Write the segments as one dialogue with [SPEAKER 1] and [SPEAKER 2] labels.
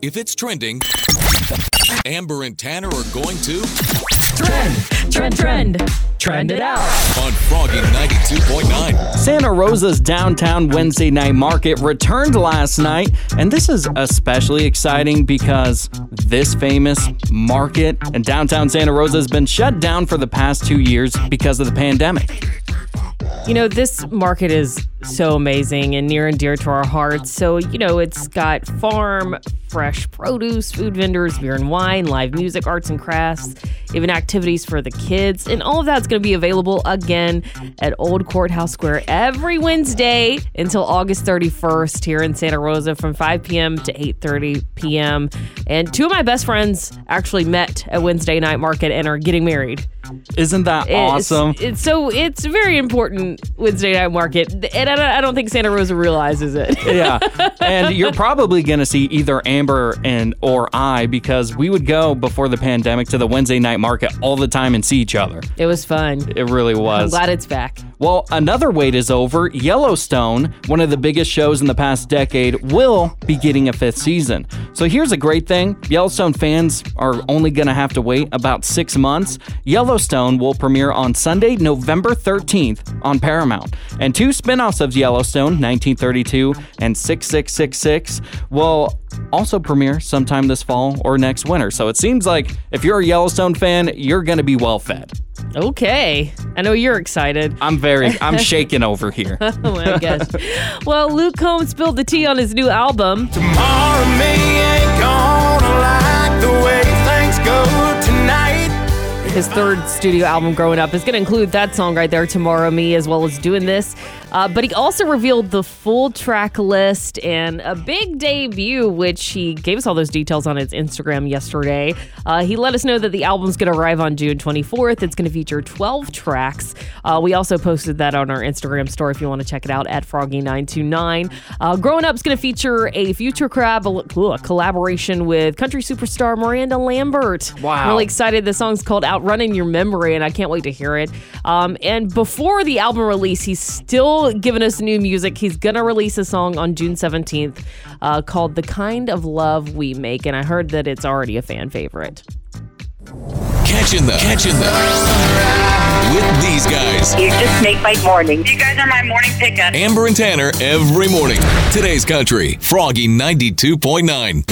[SPEAKER 1] If it's trending, Amber and Tanner are going to
[SPEAKER 2] Trend, trend, trend, trend it out.
[SPEAKER 1] on Froggy 92.9.
[SPEAKER 3] Santa Rosa's downtown Wednesday night market returned last night, and this is especially exciting because this famous market in downtown Santa Rosa has been shut down for the past two years because of the pandemic.
[SPEAKER 2] You know, this market is so amazing and near and dear to our hearts. So, you know, it's got farm, fresh produce, food vendors, beer and wine, live music, arts and crafts, even activities for the kids. And all of that's going to be available again at Old Courthouse Square every Wednesday until August 31st here in Santa Rosa from 5 p.m. to 8:30 p.m. And two of my best friends actually met at Wednesday night market and are getting married.
[SPEAKER 3] Isn't that
[SPEAKER 2] It's-
[SPEAKER 3] awesome?
[SPEAKER 2] It's, so it's very important Wednesday night market, and I don't, I don't think Santa Rosa realizes it.
[SPEAKER 3] yeah. And you're probably going to see either Amber and or I because we would go before the pandemic to the Wednesday night market all the time and see each other.
[SPEAKER 2] it was fun.
[SPEAKER 3] It really was.
[SPEAKER 2] I'm glad it's back.
[SPEAKER 3] Well, another wait is over. Yellowstone, one of the biggest shows in the past decade, will be getting a fifth season. So here's a great thing Yellowstone fans are only going to have to wait about six months. Yellowstone will premiere on Sunday, November 13th on Paramount. And two spin offs of Yellowstone, 1932 and 6666, will also premiere sometime this fall or next winter. So it seems like if you're a Yellowstone fan, you're going to be well fed.
[SPEAKER 2] Okay, I know you're excited.
[SPEAKER 3] I'm very, I'm shaking over here.
[SPEAKER 2] Oh my gosh. well, Luke Combs spilled the tea on his new album.
[SPEAKER 4] Tomorrow me ain't gonna like the way things go tonight.
[SPEAKER 2] His third studio album, Growing Up, is going to include that song right there, Tomorrow Me, as well as Doing This. Uh, but he also revealed the full track list and a big debut, which he gave us all those details on his Instagram yesterday. Uh, he let us know that the album's going to arrive on June 24th. It's going to feature 12 tracks. Uh, we also posted that on our Instagram store if you want to check it out at Froggy929. Uh, Growing Up's going to feature a future crab ooh, a collaboration with country superstar Miranda Lambert.
[SPEAKER 3] Wow.
[SPEAKER 2] Really excited. The song's called Outrunning Your Memory, and I can't wait to hear it. Um, and before the album release, he's still giving us new music. He's going to release a song on June 17th uh, called The Kind of Love We Make, and I heard that it's already a fan favorite.
[SPEAKER 1] Catching the, catching the, with these guys,
[SPEAKER 5] You just make my morning. You guys are my morning pickup.
[SPEAKER 1] Amber and Tanner every morning. Today's country, Froggy 92.9.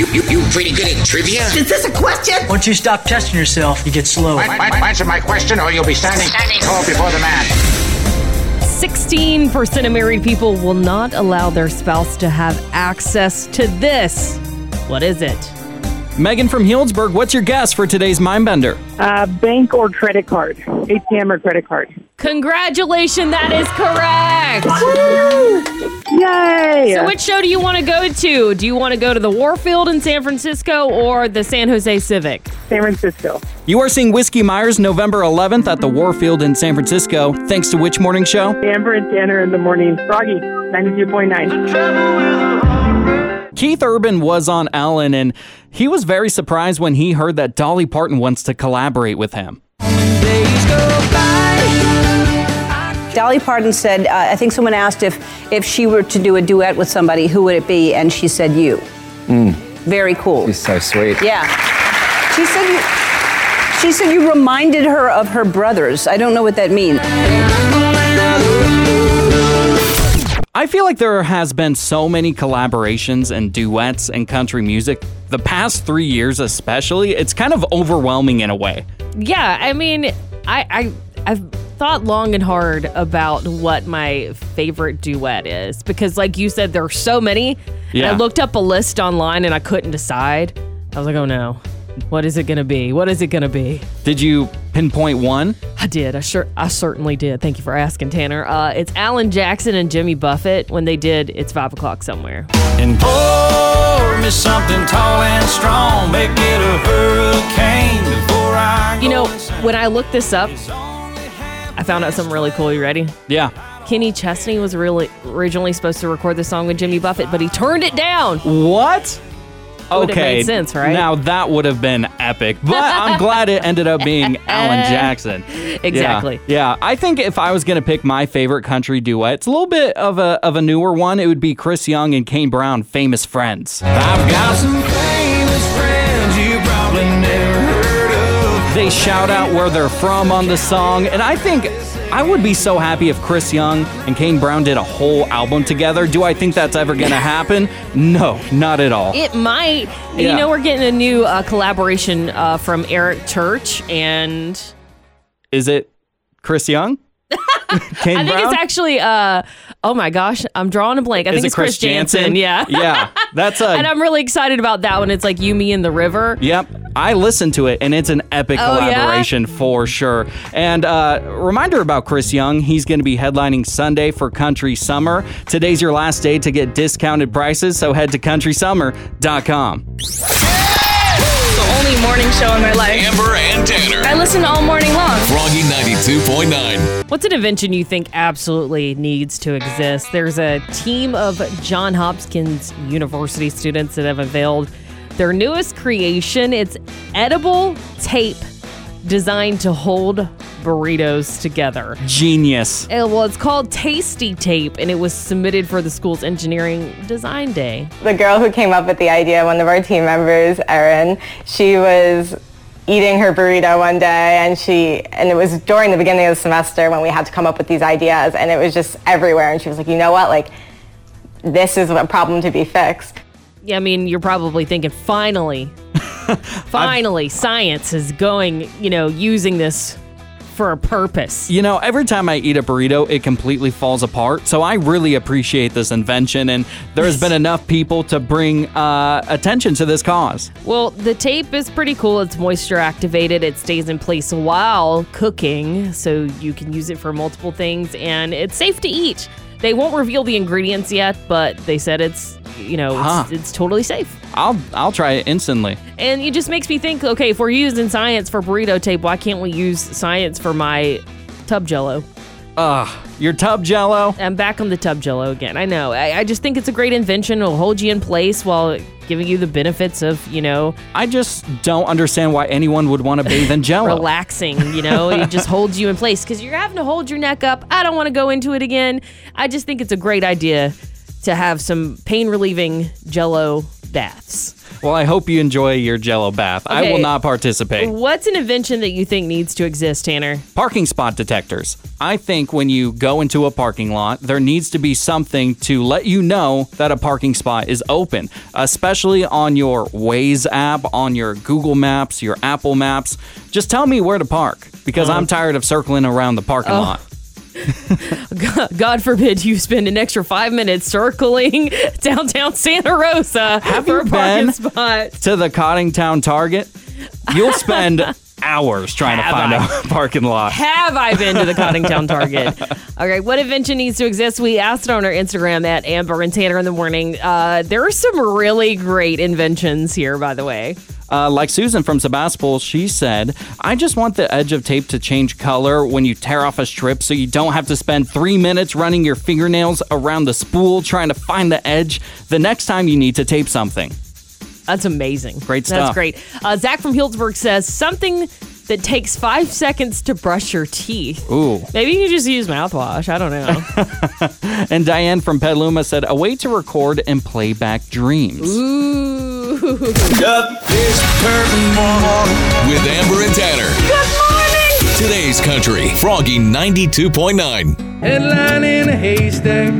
[SPEAKER 6] You, you, you pretty good at trivia?
[SPEAKER 7] Is this a question?
[SPEAKER 8] Once you stop testing yourself, you get slow.
[SPEAKER 9] Answer my question, or you'll be standing
[SPEAKER 5] Standing.
[SPEAKER 9] tall before the man.
[SPEAKER 2] 16% of married people will not allow their spouse to have access to this. What is it?
[SPEAKER 3] Megan from Healdsburg, what's your guess for today's Mindbender?
[SPEAKER 10] Uh, bank or credit card, ATM or credit card.
[SPEAKER 2] Congratulations, that is correct.
[SPEAKER 10] Yay!
[SPEAKER 2] So, which show do you want to go to? Do you want to go to the Warfield in San Francisco or the San Jose Civic?
[SPEAKER 10] San Francisco.
[SPEAKER 3] You are seeing Whiskey Myers November 11th at the Warfield in San Francisco, thanks to which morning show?
[SPEAKER 10] Amber and Tanner in the morning. Froggy, 92.9.
[SPEAKER 3] Keith Urban was on Ellen, and he was very surprised when he heard that Dolly Parton wants to collaborate with him.
[SPEAKER 11] Dolly Parton said, uh, I think someone asked if, if she were to do a duet with somebody, who would it be? And she said, You. Very cool.
[SPEAKER 6] Hmm. So sweet.
[SPEAKER 11] Yeah. She said, you, she said you reminded her of her brothers. I don't know what that means.
[SPEAKER 3] I feel like there has been so many collaborations and duets in country music. The past three years, especially, it's kind of overwhelming in a way.
[SPEAKER 2] Yeah, I mean, I, I I've thought long and hard about what my favorite duet is because, like you said, there are so many.
[SPEAKER 3] Yeah.
[SPEAKER 2] And I looked up a list online and I couldn't decide. I was like, oh no, what is it gonna be? What is it gonna be?
[SPEAKER 3] Did you pinpoint one?
[SPEAKER 2] I did. I sure. I certainly did. Thank you for asking, Tanner. Uh, it's Alan Jackson and Jimmy Buffett when they did "It's Five O'clock Somewhere."
[SPEAKER 4] And pour me something tall and strong, make it a hurricane before I
[SPEAKER 2] You
[SPEAKER 4] go
[SPEAKER 2] know,
[SPEAKER 4] insane.
[SPEAKER 2] when I looked this up,
[SPEAKER 4] It's only half
[SPEAKER 2] I found out something really cool. You ready?
[SPEAKER 3] Yeah.
[SPEAKER 2] Kenny Chesney was really originally supposed to record the song with Jimmy Buffett, but he turned it down.
[SPEAKER 3] What?
[SPEAKER 2] Would have
[SPEAKER 3] okay,
[SPEAKER 2] made sense, right?
[SPEAKER 3] Now that would have been epic, but I'm glad it ended up being Alan Jackson. Yeah,
[SPEAKER 2] Exactly.
[SPEAKER 3] Yeah, I think if I was gonna pick my favorite country duet, it's a little bit of a of a newer one. It would be Chris Young and Kane Brown, "Famous Friends."
[SPEAKER 4] I've got some famous friends you probably never heard of.
[SPEAKER 3] They shout out where they're from on the song, and I think I would be so happy if Chris Young and Kane Brown did a whole album together. Do I think that's ever gonna happen? No, not at all.
[SPEAKER 2] It might. And You
[SPEAKER 3] Yeah.
[SPEAKER 2] know, we're getting a new uh, collaboration uh, from Eric Church, and
[SPEAKER 3] Is it Chris Young? Kane
[SPEAKER 2] I think
[SPEAKER 3] Brown?
[SPEAKER 2] it's actually. Uh, oh my gosh, I'm drawing a blank. I
[SPEAKER 3] Is
[SPEAKER 2] think
[SPEAKER 3] it
[SPEAKER 2] it's Chris, Jansen. Yeah.
[SPEAKER 3] yeah. That's a.
[SPEAKER 2] And I'm really excited about that one. It's like you, me, and the river.
[SPEAKER 3] Yep, I listened to it and it's an epic
[SPEAKER 2] Oh, yeah?
[SPEAKER 3] collaboration for sure. And uh, reminder about Chris Young, he's going to be headlining Sunday for Country Summer. Today's your last day to get discounted prices, so head to countrysummer.com.
[SPEAKER 5] The only morning show in my life.
[SPEAKER 1] Amber and Tanner.
[SPEAKER 5] listen all morning long.
[SPEAKER 1] Froggy 92.9.
[SPEAKER 2] What's an invention you think absolutely needs to exist? There's a team of John Hopkins University students that have unveiled their newest creation. It's edible tape designed to hold burritos together.
[SPEAKER 3] Genius.
[SPEAKER 2] Uh, Well, it's called Tasty Tape, and it was submitted for the school's engineering design day.
[SPEAKER 7] The girl who came up with the idea, one of our team members, Erin, she was eating her burrito one day and she and it was during the beginning of the semester when we had to come up with these ideas and it was just everywhere and she was like, you know what, like this is a problem to be fixed.
[SPEAKER 2] Yeah, I mean, you're probably thinking, finally, finally, science is going, you know, using this for a purpose.
[SPEAKER 3] You know, every time I eat a burrito, it completely falls apart. So I really appreciate this invention, and there's been enough people to bring uh, attention to this cause.
[SPEAKER 2] Well, the tape is pretty cool. It's moisture activated. It stays in place while cooking, so you can use it for multiple things, and it's safe to eat. They won't reveal the ingredients yet, but they said it's, you know,
[SPEAKER 3] Huh.
[SPEAKER 2] it's, it's totally safe.
[SPEAKER 3] I'll I'll try it instantly.
[SPEAKER 2] And it just makes me think okay, if we're using science for burrito tape, why can't we use science for my tub jello?
[SPEAKER 3] Ugh, your tub jello.
[SPEAKER 2] I'm back on the tub jello again. I know. I, I just think it's a great invention. It'll hold you in place while giving you the benefits of, you know,
[SPEAKER 3] I just don't understand why anyone would want to bathe in jello.
[SPEAKER 2] relaxing, you know? it just holds you in place because you're having to hold your neck up. I don't want to go into it again. I just think it's a great idea to have some pain relieving jello baths.
[SPEAKER 3] Well, I hope you enjoy your jello bath. I will
[SPEAKER 2] Okay.
[SPEAKER 3] not participate.
[SPEAKER 2] What's an invention that you think needs to exist, Tanner?
[SPEAKER 3] Parking spot detectors. I think when you go into a parking lot, there needs to be something to let you know that a parking spot is open, especially on your Waze app, on your Google Maps, your Apple Maps. Just tell me where to park because I'm tired of circling around the parking lot.
[SPEAKER 2] God forbid you spend an extra five minutes circling downtown Santa Rosa
[SPEAKER 3] Have
[SPEAKER 2] for
[SPEAKER 3] you
[SPEAKER 2] a parking
[SPEAKER 3] been?
[SPEAKER 2] spot.
[SPEAKER 3] To the Cottingtown Target, you'll spend hours trying to find a parking lot.
[SPEAKER 2] Have I been to the Cottingtown Target? All right, what invention needs to exist? We asked it on our Instagram at Amber and Tanner in the morning. Uh, there are some really great inventions here, by the way.
[SPEAKER 3] Uh, like Susan from Sebastopol, she said, I just want the edge of tape to change color when you tear off a strip so you don't have to spend three minutes running your fingernails around the spool trying to find the edge the next time you need to tape something.
[SPEAKER 2] That's amazing.
[SPEAKER 3] Great
[SPEAKER 2] That's
[SPEAKER 3] stuff.
[SPEAKER 2] great. Uh, Zach from Healdsburg says something that takes five seconds to brush your teeth.
[SPEAKER 3] Ooh.
[SPEAKER 2] Maybe you just use mouthwash. I don't know.
[SPEAKER 3] And Diane from Petaluma said, A way to record and play back dreams.
[SPEAKER 2] Ooh.
[SPEAKER 4] Up this curtain, morning.
[SPEAKER 1] With Amber and Tanner. Good morning. Today's country. Froggy 92.9.
[SPEAKER 4] Headline in a haystack,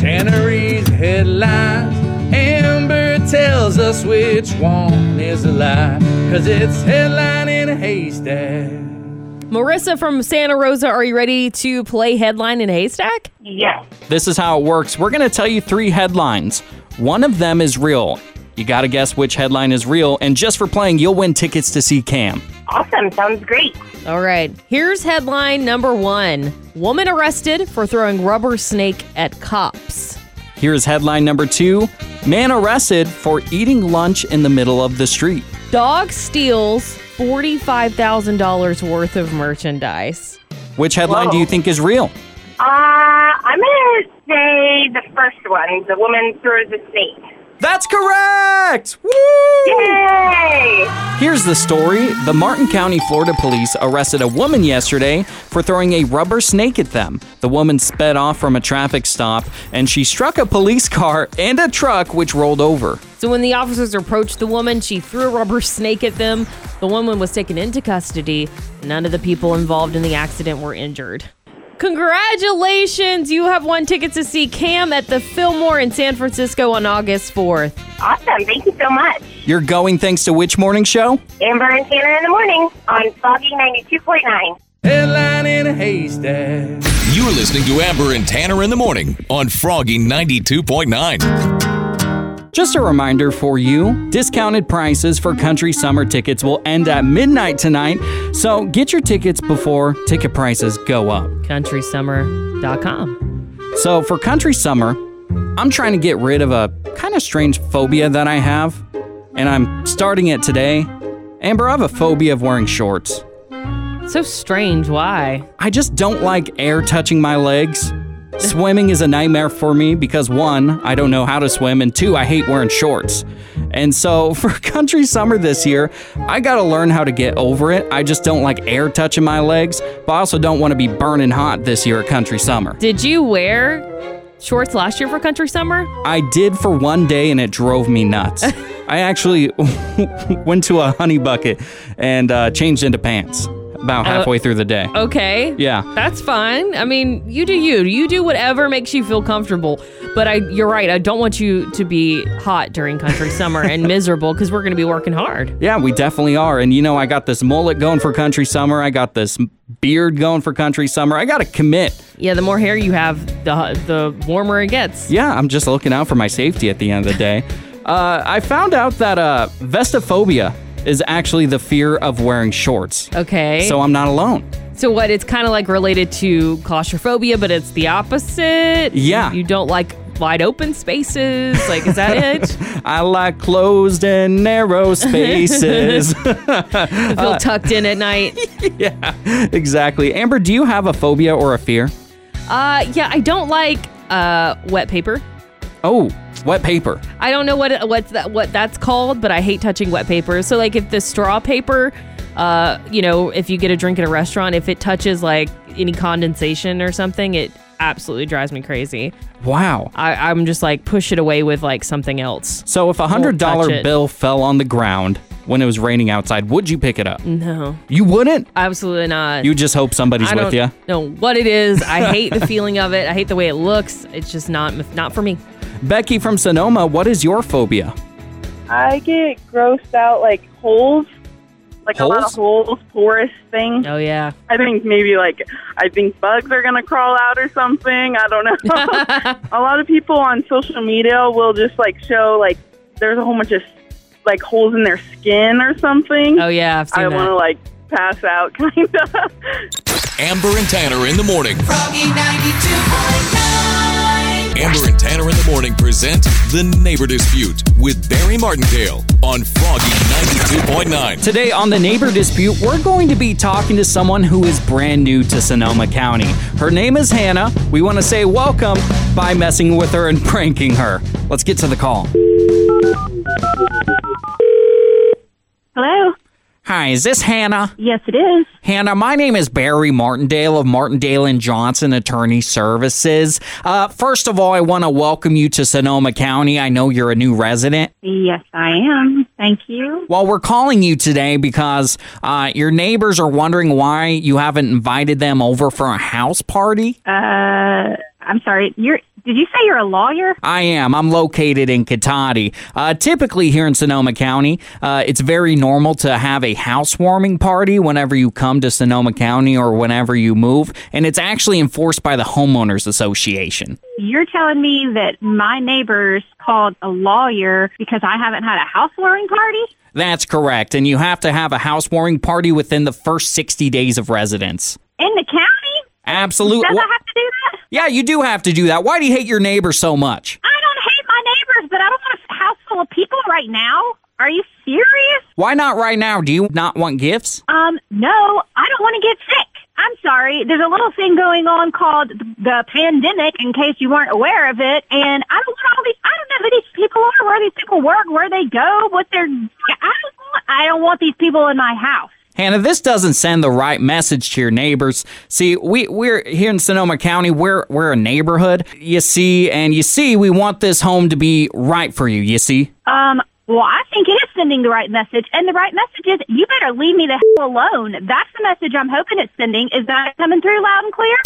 [SPEAKER 4] tanneries, headlines. Amber tells us which one is a lie, cause it's headline in a haystack.
[SPEAKER 2] Marissa from Santa Rosa, are you ready to play headline in a haystack?
[SPEAKER 5] Yeah.
[SPEAKER 3] This is how it works. We're going to tell you three headlines. One of them is real. You got to guess which headline is real. And just for playing, you'll win tickets to see Cam.
[SPEAKER 5] Awesome. Sounds great.
[SPEAKER 2] All right. Here's headline number one Woman arrested for throwing rubber snake at cops.
[SPEAKER 3] Here's headline number two Man arrested for eating lunch in the middle of the street.
[SPEAKER 2] Dog steals $45,000 worth of merchandise.
[SPEAKER 3] Which headline do you think is real?
[SPEAKER 5] Uh, I'm gonna say the first one. The woman throws a snake.
[SPEAKER 3] That's correct! Woo! Here's the story The Martin County, Florida police arrested a woman yesterday for throwing a rubber snake at them. The woman sped off from a traffic stop and she struck a police car and a truck, which rolled over.
[SPEAKER 2] So when the officers approached the woman, she threw a rubber snake at them. The woman was taken into custody. None of the people involved in the accident were injured. Congratulations! You have won tickets to see Cam at the Fillmore in San Francisco on August 4th.
[SPEAKER 12] Awesome. Thank you so much.
[SPEAKER 3] You're going thanks to which morning show?
[SPEAKER 12] Amber and Tanner in the morning on Foggy 92.9.
[SPEAKER 4] Headline in a haystack.
[SPEAKER 1] You're listening to Amber and Tanner in the morning on Froggy 92.9.
[SPEAKER 3] Just a reminder for you discounted prices for country summer tickets will end at midnight tonight, so get your tickets before ticket prices go up.
[SPEAKER 2] CountrySummer.com.
[SPEAKER 3] So for country summer, I'm trying to get rid of a kind of strange phobia that I have, and I'm starting it today. Amber, I have a phobia of wearing shorts.
[SPEAKER 2] So strange. Why?
[SPEAKER 3] I just don't like air touching my legs. Swimming is a nightmare for me because one, I don't know how to swim, and two, I hate wearing shorts. And so for country summer this year, I gotta learn how to get over it. I just don't like air touching my legs, but I also don't wanna be burning hot this year at country summer.
[SPEAKER 2] Did you wear shorts last year for country summer?
[SPEAKER 3] I did for one day and it drove me nuts. I actually went to a honey bucket and uh, changed into pants about halfway through the day.
[SPEAKER 2] Okay.
[SPEAKER 3] Yeah.
[SPEAKER 2] That's fine. I mean, you do you. You do whatever makes you feel comfortable. But I you're right. I don't want you to be hot during country summer and miserable cuz we're going to be working hard.
[SPEAKER 3] Yeah, we definitely are. And you know, I got this mullet going for country summer. I got this beard going for country summer. I got to commit.
[SPEAKER 2] Yeah, the more hair you have, the the warmer it gets.
[SPEAKER 3] Yeah, I'm just looking out for my safety at the end of the day. uh, I found out that uh, vestophobia is actually the fear of wearing shorts.
[SPEAKER 2] Okay.
[SPEAKER 3] So I'm not alone.
[SPEAKER 2] So what? It's kind of like related to claustrophobia, but it's the opposite.
[SPEAKER 3] Yeah.
[SPEAKER 2] You, you don't like wide open spaces. Like, is that it?
[SPEAKER 3] I like closed and narrow spaces.
[SPEAKER 2] I
[SPEAKER 3] Uh,
[SPEAKER 2] feel tucked in at night.
[SPEAKER 3] yeah, exactly. Amber, do you have a phobia or a fear?
[SPEAKER 2] Uh, yeah, I don't like uh wet paper.
[SPEAKER 3] Oh, wet paper.
[SPEAKER 2] I don't know what what's that what that's called, but I hate touching wet paper. So like if the straw paper, uh, you know, if you get a drink at a restaurant, if it touches like any condensation or something, it absolutely drives me crazy.
[SPEAKER 3] Wow.
[SPEAKER 2] I, I'm just like push it away with like something else.
[SPEAKER 3] So if a hundred dollar bill fell on the ground when it was raining outside, would you pick it up?
[SPEAKER 2] No.
[SPEAKER 3] You wouldn't?
[SPEAKER 2] Absolutely not.
[SPEAKER 3] You just hope somebody's
[SPEAKER 2] I don't
[SPEAKER 3] with you.
[SPEAKER 2] know what it is. I hate the feeling of it. I hate the way it looks. It's just not not for me.
[SPEAKER 3] Becky from Sonoma, what is your phobia?
[SPEAKER 10] I get grossed out like holes, like a lot of holes, porous thing.
[SPEAKER 2] Oh yeah.
[SPEAKER 10] I think maybe like I think bugs are gonna crawl out or something. I don't know. a lot of people on social media will just like show like there's a whole bunch of like holes in their skin or something.
[SPEAKER 2] Oh yeah, I've seen
[SPEAKER 10] I
[SPEAKER 2] that.
[SPEAKER 10] want to like pass out kind of.
[SPEAKER 1] Amber and Tanner in the morning. Amber and Tanner in the morning present The Neighbor Dispute with Barry Martindale on Froggy 92.9.
[SPEAKER 3] Today on The Neighbor Dispute, we're going to be talking to someone who is brand new to Sonoma County. Her name is Hannah. We want to say welcome by messing with her and pranking her. Let's get to the call.
[SPEAKER 13] Hello.
[SPEAKER 3] Hi, is this Hannah?
[SPEAKER 13] Yes, it is.
[SPEAKER 3] Hannah, my name is Barry Martindale of Martindale and Johnson Attorney Services. Uh, first of all, I want to welcome you to Sonoma County. I know you're a new resident.
[SPEAKER 13] Yes, I am. Thank you.
[SPEAKER 3] Well, we're calling you today because uh, your neighbors are wondering why you haven't invited them over for a house party.
[SPEAKER 13] Uh, I'm sorry. You're. Did you say you're a lawyer?
[SPEAKER 3] I am. I'm located in Katati. Uh, typically, here in Sonoma County, uh, it's very normal to have a housewarming party whenever you come to Sonoma County or whenever you move, and it's actually enforced by the Homeowners Association.
[SPEAKER 13] You're telling me that my neighbors called a lawyer because I haven't had a housewarming party?
[SPEAKER 3] That's correct, and you have to have a housewarming party within the first 60 days of residence.
[SPEAKER 13] In the county?
[SPEAKER 3] Absolutely.
[SPEAKER 13] Does I have to do that?
[SPEAKER 3] Yeah, you do have to do that. Why do you hate your neighbor so much?
[SPEAKER 13] I don't hate my neighbors, but I don't want a house full of people right now. Are you serious?
[SPEAKER 3] Why not right now? Do you not want gifts?
[SPEAKER 13] Um, no, I don't want to get sick. I'm sorry. There's a little thing going on called th- the pandemic, in case you weren't aware of it. And I don't want all these. I don't know who these people are, where these people work, where they go, what they're. I don't want. I don't want these people in my house.
[SPEAKER 3] Hannah, this doesn't send the right message to your neighbors. See, we, we're here in Sonoma County, we're, we're a neighborhood, you see, and you see, we want this home to be right for you, you see.
[SPEAKER 13] Um, well, I think it is sending the right message, and the right message is you better leave me the hell alone. That's the message I'm hoping it's sending. Is that coming through loud and clear?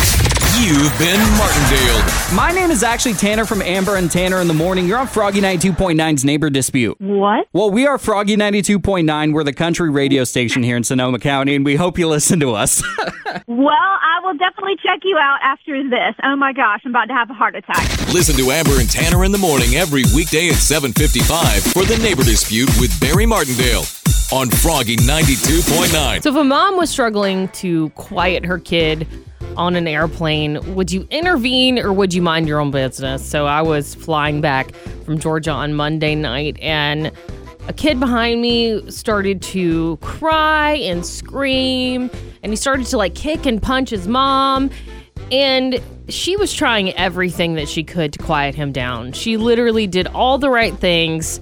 [SPEAKER 1] You've been martingale.
[SPEAKER 3] My name is actually Tanner from Amber and Tanner in the Morning. You're on Froggy 92.9's Neighbor Dispute.
[SPEAKER 13] What?
[SPEAKER 3] Well, we are Froggy 92.9. We're the country radio station here in Sonoma County, and we hope you listen to us.
[SPEAKER 13] Well, I will definitely check you out after this. Oh my gosh, I'm about to have a heart attack.
[SPEAKER 1] Listen to Amber and Tanner in the morning every weekday at 7:55 for the neighbor dispute with Barry Martindale on Froggy 92.9.
[SPEAKER 2] So, if a mom was struggling to quiet her kid on an airplane, would you intervene or would you mind your own business? So, I was flying back from Georgia on Monday night and a kid behind me started to cry and scream and he started to like kick and punch his mom. And she was trying everything that she could to quiet him down. She literally did all the right things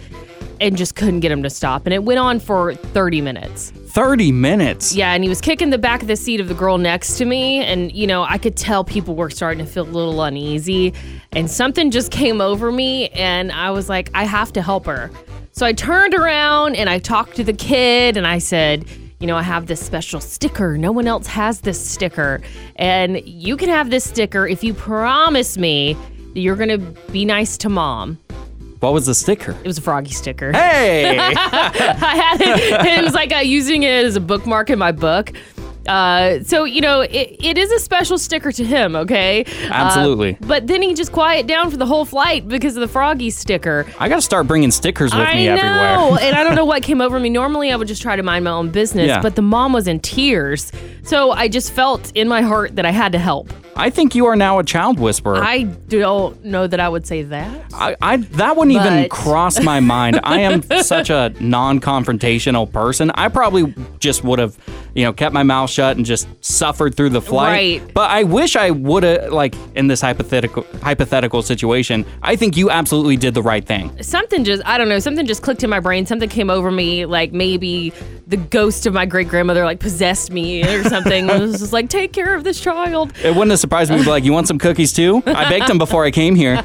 [SPEAKER 2] and just couldn't get him to stop. And it went on for 30 minutes.
[SPEAKER 3] 30 minutes.
[SPEAKER 2] Yeah, and he was kicking the back of the seat of the girl next to me. And, you know, I could tell people were starting to feel a little uneasy. And something just came over me. And I was like, I have to help her. So I turned around and I talked to the kid and I said, you know, I have this special sticker. No one else has this sticker. And you can have this sticker if you promise me that you're going to be nice to mom.
[SPEAKER 3] What was the sticker?
[SPEAKER 2] It was a froggy sticker.
[SPEAKER 3] Hey!
[SPEAKER 2] I had it. It was like uh, using it as a bookmark in my book. Uh, so you know, it, it is a special sticker to him. Okay. Uh,
[SPEAKER 3] Absolutely.
[SPEAKER 2] but then he just quiet down for the whole flight because of the froggy sticker.
[SPEAKER 3] I got to start bringing stickers with
[SPEAKER 2] I
[SPEAKER 3] me
[SPEAKER 2] know,
[SPEAKER 3] everywhere.
[SPEAKER 2] and I don't know what came over me. Normally, I would just try to mind my own business,
[SPEAKER 3] Yeah.
[SPEAKER 2] but the mom was in tears, so I just felt in my heart that I had to help.
[SPEAKER 3] I think you are now a child whisperer.
[SPEAKER 2] I don't know that I would say that.
[SPEAKER 3] I, I that wouldn't even
[SPEAKER 2] But-
[SPEAKER 3] cross my mind. I am such a non-confrontational person. I probably just would have, you know, kept my mouth shut and just suffered through the flight.
[SPEAKER 2] Right.
[SPEAKER 3] But I wish I would have, like, in this hypothetical hypothetical situation. I think you absolutely did the right thing.
[SPEAKER 2] something just I don't know, something just clicked in my brain. Something came over me, like maybe the ghost of my great grandmother like possessed me or something. it was just like, take care of this child.
[SPEAKER 3] It wouldn't have surprised me. to be Like, you want some cookies too? I baked them before I came here.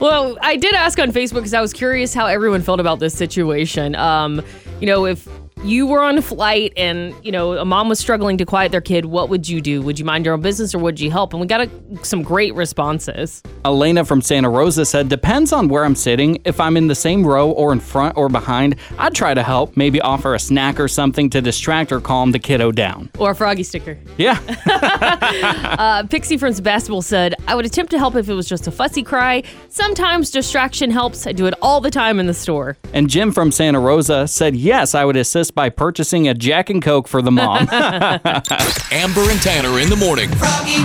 [SPEAKER 2] Well, I did ask on Facebook because I was curious how everyone felt about this situation. Um, you know, if you were on a flight and you know a mom was struggling to quiet their kid, what would you do? Would you mind your own business or would you help? And we got a, some great responses.
[SPEAKER 3] Elena from Santa Rosa said, Depends on where I'm sitting. If I'm in the same row or in front or behind, I'd try to help, maybe offer a snack or something to distract or calm the kiddo down.
[SPEAKER 2] Or a froggy sticker.
[SPEAKER 3] Yeah.
[SPEAKER 2] uh, Pixie from Sebastopol said, I would attempt to help if it was just a fussy cry. Sometimes distraction helps. I do it all the time in the store.
[SPEAKER 3] And Jim from Santa Rosa said, Yes, I would assist by purchasing a Jack and Coke for the mom.
[SPEAKER 1] Amber and Tanner in the morning.
[SPEAKER 6] Froggy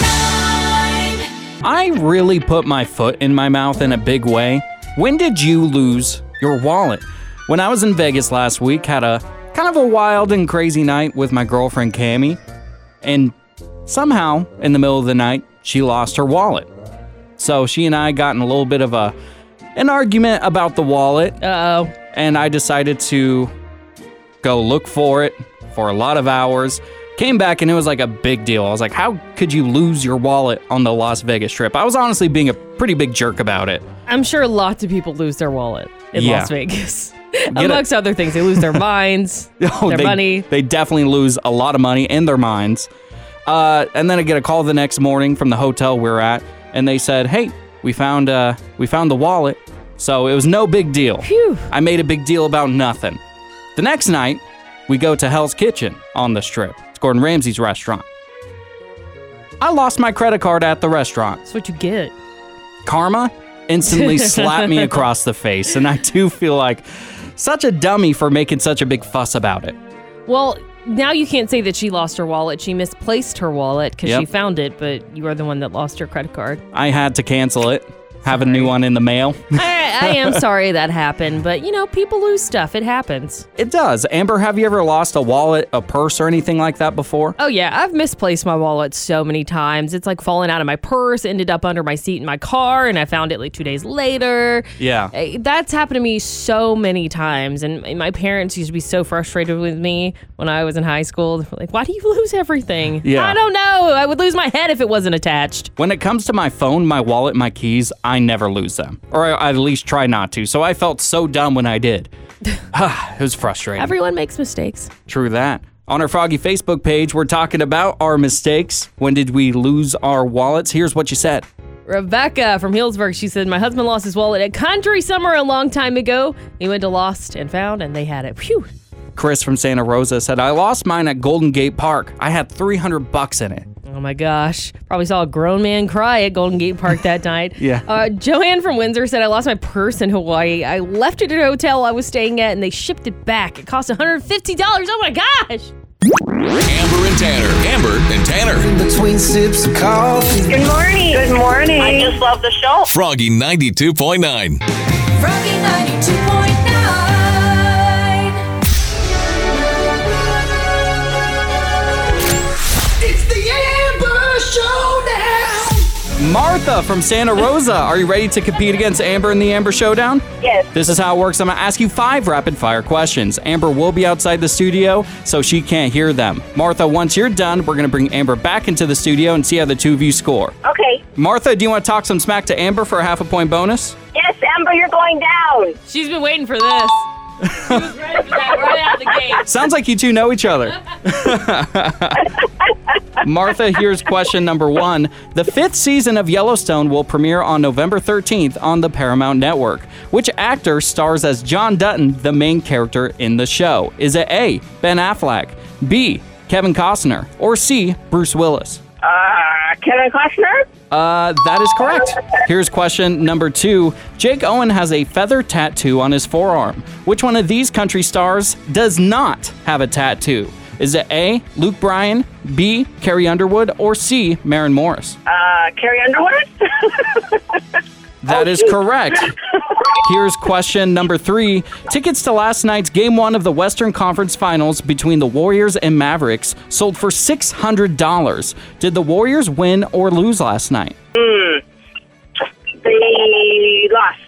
[SPEAKER 6] 92.9.
[SPEAKER 3] I really put my foot in my mouth in a big way. When did you lose your wallet? When I was in Vegas last week, had a kind of a wild and crazy night with my girlfriend Cami, and somehow in the middle of the night, she lost her wallet. So she and I got in a little bit of a an argument about the wallet.
[SPEAKER 2] Uh-oh.
[SPEAKER 3] And I decided to go look for it for a lot of hours. Came back and it was like a big deal. I was like, how could you lose your wallet on the Las Vegas trip? I was honestly being a pretty big jerk about it.
[SPEAKER 2] I'm sure lots of people lose their wallet in
[SPEAKER 3] Yeah.
[SPEAKER 2] Las Vegas.
[SPEAKER 3] it. Oh,
[SPEAKER 2] Amongst other things, they lose their minds, their
[SPEAKER 3] they,
[SPEAKER 2] money.
[SPEAKER 3] They definitely lose a lot of money and their minds. Uh, and then I get a call the next morning from the hotel we are at, and they said, "Hey, we found uh, we found the wallet." So it was no big deal. I made a big deal about nothing. The next night, we go to Hell's Kitchen on this trip. It's Gordon Ramsay's restaurant. I lost my credit card at the restaurant.
[SPEAKER 2] That's what you get.
[SPEAKER 3] Karma instantly slapped me across the face, and I do feel like such a dummy for making such a big fuss about it.
[SPEAKER 2] Well, now you can't say that she lost her wallet. She misplaced her wallet because
[SPEAKER 3] Yep.
[SPEAKER 2] she found it, but you are the one that lost your credit card.
[SPEAKER 3] I had to cancel it. have a new one in the mail.
[SPEAKER 2] I, I am sorry that happened, but you know, people lose stuff. It happens.
[SPEAKER 3] It does. Amber, have you ever lost a wallet, a purse, or anything like that before?
[SPEAKER 2] Oh, yeah. I've misplaced my wallet so many times. It's like falling out of my purse, ended up under my seat in my car, and I found it like two days later.
[SPEAKER 3] Yeah.
[SPEAKER 2] Eh, That's happened to me so many times. And and my parents used to be so frustrated with me when I was in high school. They were like, why do you lose everything?
[SPEAKER 3] Yeah.
[SPEAKER 2] I don't know. I would lose my head if it wasn't attached.
[SPEAKER 3] When it comes to my phone, my wallet, my keys, I never lose them, or I, I at least try not to. So I felt so dumb when I did. it was frustrating.
[SPEAKER 2] Everyone makes mistakes.
[SPEAKER 3] True that. On our Froggy Facebook page, we're talking about our mistakes. When did we lose our wallets? Here's what you said.
[SPEAKER 2] Rebecca from Hillsburg, she said, My husband lost his wallet at Country Summer a long time ago. He went to Lost and Found, and they had it. Phew.
[SPEAKER 3] Chris from Santa Rosa said, I lost mine at Golden Gate Park. I had 300 bucks in it.
[SPEAKER 2] Oh my gosh. Probably saw a grown man cry at Golden Gate Park that night.
[SPEAKER 3] Yeah.
[SPEAKER 2] Uh, Joanne from Windsor said, I lost my purse in Hawaii. I left it at a hotel I was staying at, and they shipped it back. It cost $150. Oh my gosh.
[SPEAKER 1] Amber and Tanner. Amber and Tanner.
[SPEAKER 6] Between sips of coffee.
[SPEAKER 12] Good morning. Good morning. I just love the show.
[SPEAKER 1] Froggy 92.9.
[SPEAKER 14] Froggy 92.9.
[SPEAKER 6] It's the Amber Showdown.
[SPEAKER 3] Martha from Santa Rosa, are you ready to compete against Amber in the Amber Showdown?
[SPEAKER 12] Yes.
[SPEAKER 3] This is how it works. I'm going to ask you five rapid fire questions. Amber will be outside the studio, so she can't hear them. Martha, once you're done, we're going to bring Amber back into the studio and see how the two of you score.
[SPEAKER 12] Okay.
[SPEAKER 3] Martha, do you want to talk some smack to Amber for a half a point bonus?
[SPEAKER 12] Yes, Amber, you're going down.
[SPEAKER 2] She's been waiting for this. She was ready for that right out the gate.
[SPEAKER 3] Sounds like you two know each other. Martha, here's question number one. The fifth season of Yellowstone will premiere on November 13th on the Paramount Network. Which actor stars as John Dutton, the main character in the show? Is it A, Ben Affleck, B, Kevin Costner, or C, Bruce Willis?
[SPEAKER 12] Uh, Kevin Costner?
[SPEAKER 3] Uh, that is correct. Here's question number two. Jake Owen has a feather tattoo on his forearm. Which one of these country stars does not have a tattoo? Is it A, Luke Bryan, B, Carrie Underwood, or C, Maren Morris?
[SPEAKER 12] Uh, Carrie Underwood?
[SPEAKER 3] That is correct. Here's question number three. Tickets to last night's game one of the Western Conference Finals between the Warriors and Mavericks sold for $600. Did the Warriors win or lose last night?
[SPEAKER 12] they lost.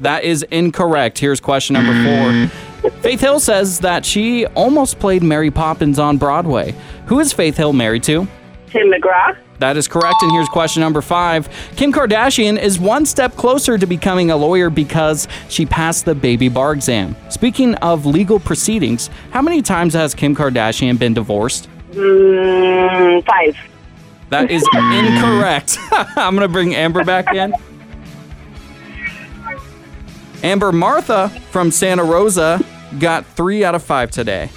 [SPEAKER 3] That is incorrect. Here's question number four. Faith Hill says that she almost played Mary Poppins on Broadway. Who is Faith Hill married to?
[SPEAKER 12] Tim McGraw?
[SPEAKER 3] That is correct. And here's question number five. Kim Kardashian is one step closer to becoming a lawyer because she passed the baby bar exam. Speaking of legal proceedings, how many times has Kim Kardashian been divorced?
[SPEAKER 12] Mm, five.
[SPEAKER 3] That is incorrect. I'm going to bring Amber back in. Amber Martha from Santa Rosa got three out of five today.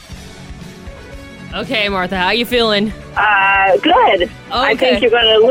[SPEAKER 2] Okay, Martha, how you feeling?
[SPEAKER 12] Uh, good. I
[SPEAKER 2] Okay.
[SPEAKER 12] think you're going to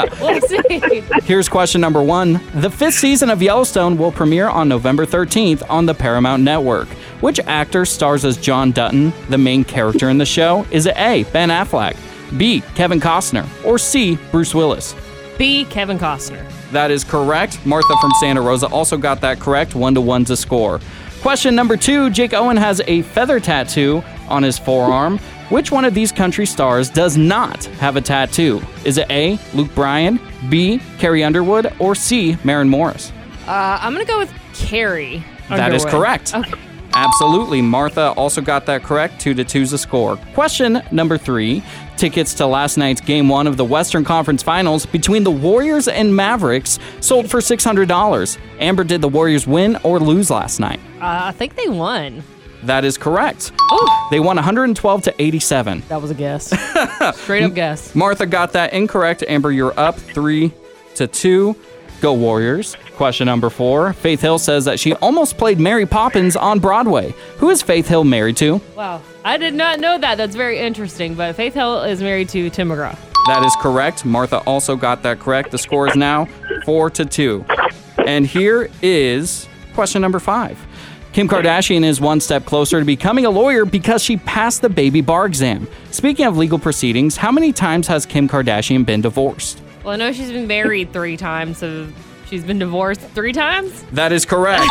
[SPEAKER 12] lose.
[SPEAKER 2] We'll see.
[SPEAKER 3] Here's question number one. The fifth season of Yellowstone will premiere on November 13th on the Paramount Network. Which actor stars as John Dutton, the main character in the show? Is it A, Ben Affleck, B, Kevin Costner, or C, Bruce Willis?
[SPEAKER 2] B. Kevin Costner.
[SPEAKER 3] That is correct. Martha from Santa Rosa also got that correct. One to one's a score. Question number two Jake Owen has a feather tattoo on his forearm. Which one of these country stars does not have a tattoo? Is it A, Luke Bryan, B, Carrie Underwood, or C, Maren Morris?
[SPEAKER 2] Uh, I'm going to go with Carrie.
[SPEAKER 3] That is
[SPEAKER 2] Underwood.
[SPEAKER 3] correct.
[SPEAKER 2] Okay.
[SPEAKER 3] Absolutely. Martha also got that correct. Two to two's a score. Question number three. Tickets to last night's game one of the Western Conference Finals between the Warriors and Mavericks sold for $600. Amber, did the Warriors win or lose last night?
[SPEAKER 2] Uh, I think they won.
[SPEAKER 3] That is correct.
[SPEAKER 2] Ooh.
[SPEAKER 3] They won 112 to 87.
[SPEAKER 2] That was a guess. Straight up guess.
[SPEAKER 3] Martha got that incorrect. Amber, you're up three to two. Go Warriors. Question number four. Faith Hill says that she almost played Mary Poppins on Broadway. Who is Faith Hill married to?
[SPEAKER 2] Wow. I did not know that. That's very interesting. But Faith Hill is married to Tim McGraw.
[SPEAKER 3] That is correct. Martha also got that correct. The score is now four to two. And here is question number five. Kim Kardashian is one step closer to becoming a lawyer because she passed the baby bar exam. Speaking of legal proceedings, how many times has Kim Kardashian been divorced?
[SPEAKER 2] Well, I know she's been married three times, so she's been divorced three times.
[SPEAKER 3] That is correct.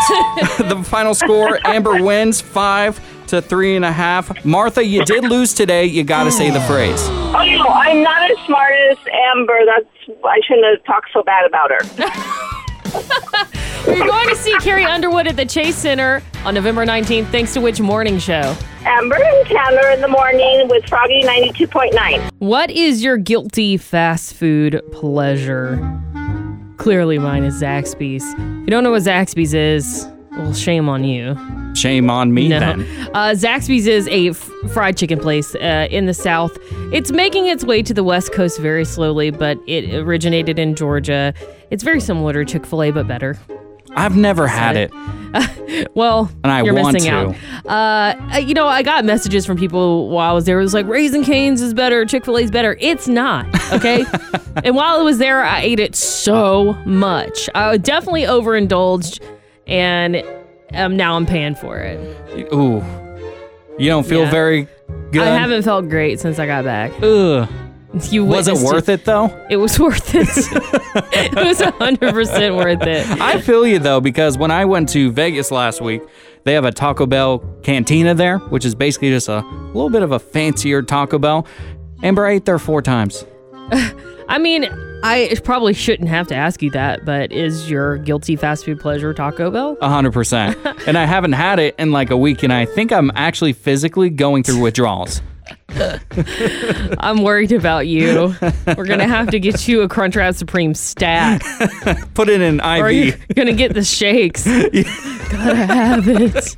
[SPEAKER 3] the final score Amber wins five to three and a half. Martha, you did lose today. You got to say the phrase.
[SPEAKER 15] Oh, I'm not as smart as Amber. That's I shouldn't have talked so bad about her.
[SPEAKER 2] we are going to see Carrie Underwood at the Chase Center on November 19th, thanks to which morning show.
[SPEAKER 15] Amber and Tanner in the morning with Froggy 92.9.
[SPEAKER 2] What is your guilty fast food pleasure? Clearly, mine is Zaxby's. If you don't know what Zaxby's is, well, shame on you.
[SPEAKER 3] Shame on me
[SPEAKER 2] No.
[SPEAKER 3] then.
[SPEAKER 2] Uh, Zaxby's is a f- fried chicken place uh, in the South. It's making its way to the West Coast very slowly, but it originated in Georgia. It's very similar to Chick fil A, but better.
[SPEAKER 3] I've never had it.
[SPEAKER 2] Well,
[SPEAKER 3] And I
[SPEAKER 2] you're
[SPEAKER 3] want
[SPEAKER 2] missing
[SPEAKER 3] to.
[SPEAKER 2] out. Uh, you know, I got messages from people while I was there. It was like Raisin Canes is better, Chick Fil A is better. It's not okay. and while I was there, I ate it so much. I definitely overindulged, and um, now I'm paying for it.
[SPEAKER 3] Ooh. You don't feel
[SPEAKER 2] Yeah.
[SPEAKER 3] very good.
[SPEAKER 2] I haven't felt great since I got back.
[SPEAKER 3] Ugh.
[SPEAKER 2] You
[SPEAKER 3] Was it
[SPEAKER 2] witnessed
[SPEAKER 3] worth it though?
[SPEAKER 2] It was worth it. it was hundred percent worth it.
[SPEAKER 3] I feel you though, because when I went to Vegas last week, they have a Taco Bell cantina there, which is basically just a little bit of a fancier Taco Bell. Amber I ate there four times.
[SPEAKER 2] I mean, I probably shouldn't have to ask you that, but is your guilty fast food pleasure Taco Bell?
[SPEAKER 3] A hundred percent. And I haven't had it in like a week, and I think I'm actually physically going through withdrawals.
[SPEAKER 2] I'm worried about you. We're gonna have to get you a Crunchwrap Supreme stack,
[SPEAKER 3] Put it in
[SPEAKER 2] or you're
[SPEAKER 3] IV.
[SPEAKER 2] gonna get the shakes. Gotta have it.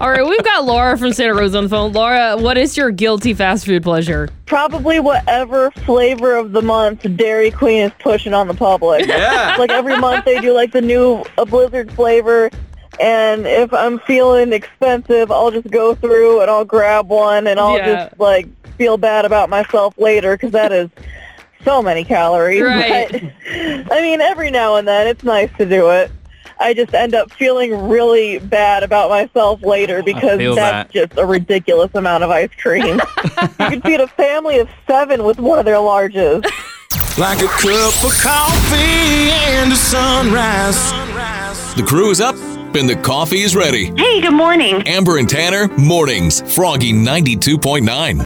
[SPEAKER 2] All right, we've got Laura from Santa Rosa on the phone. Laura, what is your guilty fast food pleasure?
[SPEAKER 14] Probably whatever flavor of the month Dairy Queen is pushing on the public.
[SPEAKER 16] Yeah.
[SPEAKER 14] like every month they do like the new a Blizzard flavor, and if I'm feeling expensive, I'll just go through and I'll grab one, and I'll
[SPEAKER 16] Yeah.
[SPEAKER 14] just like feel bad about myself later because that is so many calories.
[SPEAKER 16] Right.
[SPEAKER 14] But, I mean, every now and then it's nice to do it. I just end up feeling really bad about myself later because
[SPEAKER 16] feel
[SPEAKER 14] that's just a ridiculous amount of ice cream. you could feed a family of seven with one of their larges.
[SPEAKER 1] Like a cup of coffee and a sunrise. The crew is up and the coffee is ready.
[SPEAKER 13] Hey, good morning.
[SPEAKER 1] Amber and Tanner, mornings, Froggy 92.9.